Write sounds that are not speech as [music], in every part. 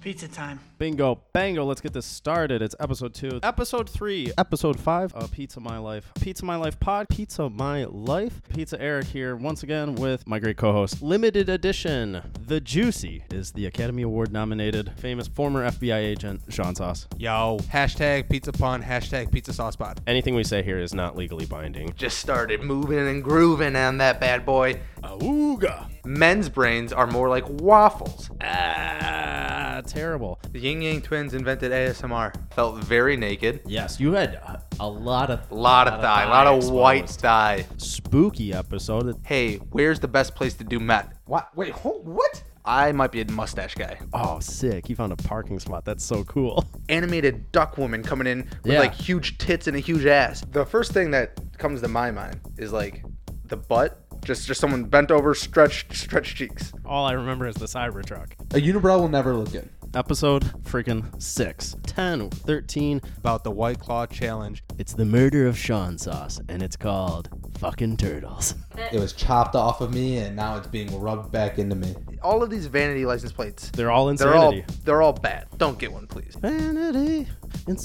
Pizza time. Bingo, bango, let's get this started. It's episode two, episode three, episode five of Pizza My Life. Pizza My Life Pod, Pizza My Life. Pizza Eric here once again with my great co host. Limited edition The Juicy is the Academy Award nominated famous former FBI agent, Sean Sauce. Yo. Hashtag pizza pun, hashtag pizza sauce pod. Anything we say here is not legally binding. Just started moving and grooving on that bad boy. Auga! Men's brains are more like waffles. Ah, terrible. The Ying Yang twins invented ASMR. Felt very naked. Yes, you had a- a lot of Lot of thigh, lot of white exposed. thigh. spooky episode. Hey, where's the best place to do meth? What? Wait, ho- what? I might be a mustache guy. Oh, sick. He found a parking spot. That's so cool. [laughs] Animated duck woman coming in with Yeah. like huge tits and a huge ass. The first thing that comes to my mind is like the butt. Just just someone bent over, stretched stretched cheeks. All I remember is the Cybertruck. A unibrow will never look good. Episode freaking 6, 10, 13. About the White Claw challenge. It's the murder of Sean Sauce, and it's called Fucking Turtles. [laughs] It was chopped off of me and now it's being rubbed back into me. All of these vanity license plates. They're all They're all insanity. they're all bad. Don't get one, please. Vanity,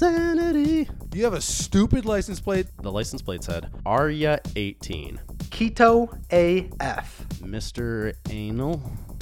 insanity. You have a stupid license plate. The license plate said Arya 18, Keto AF. Mr. Anal.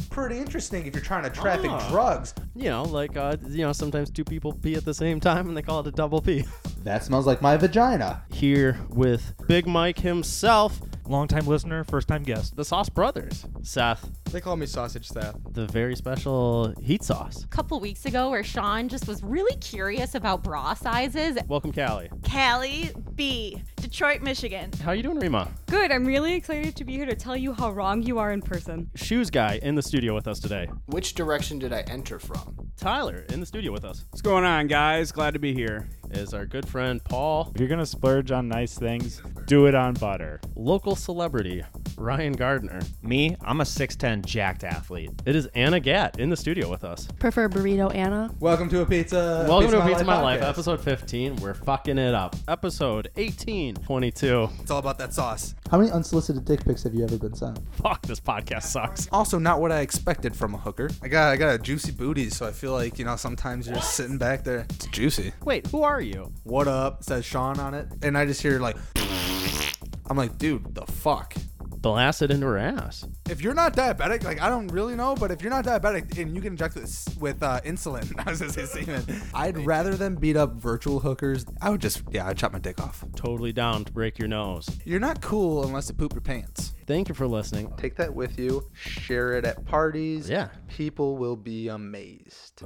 Pretty interesting if you're trying to traffic Ah. drugs. You know, like, uh, you know, sometimes two people pee at the same time and they call it a double pee. [laughs] That smells like my vagina. Here with Big Mike himself, Longtime listener, first time guest. the Sauce Brothers, Seth, They call me sausage staff. the very special heat sauce. couple weeks ago where Sean just was really curious about bra sizes. Welcome, Callie. Callie B, Detroit, Michigan. How you doing, Rima? Good. I'm really excited to be here to tell you how wrong you are in person. Shoes guy in the studio with us today. Which direction did I enter from? Tyler in the studio with us What's going on, guys? Glad to be here. is our good friend Paul, If you're gonna splurge on nice things, do it on butter. local celebrity Ryan Gardner. Me, I'm a 6'10 jacked athlete. It is Anna Gatt in the studio with us. Prefer burrito Anna. Welcome to a Uh, pizza. Welcome to Pizza My podcast. Life, episode 15. We're fucking it up. Episode 18, 22. It's all about that sauce. How many unsolicited dick pics have you ever been sent? [laughs] Fuck, this podcast sucks. Also, not what I expected from a hooker. I got I got a juicy booty, so I feel like you know sometimes you're just sitting back there. It's juicy. Wait, who are you? What up? Says Sean on it, and I just hear like, I'm like, dude, the fuck. Blasted into her ass. If you're not diabetic, like I don't really know, but if you're not diabetic and you can inject this with uh, insulin, [laughs] I was gonna say semen. I'd rather them beat up virtual hookers. I would just yeah, I'd chop my dick off. Totally down to break your nose. You're not cool unless you poop your pants. Thank you for listening. Take that with you. Share it at parties. Yeah. People will be amazed.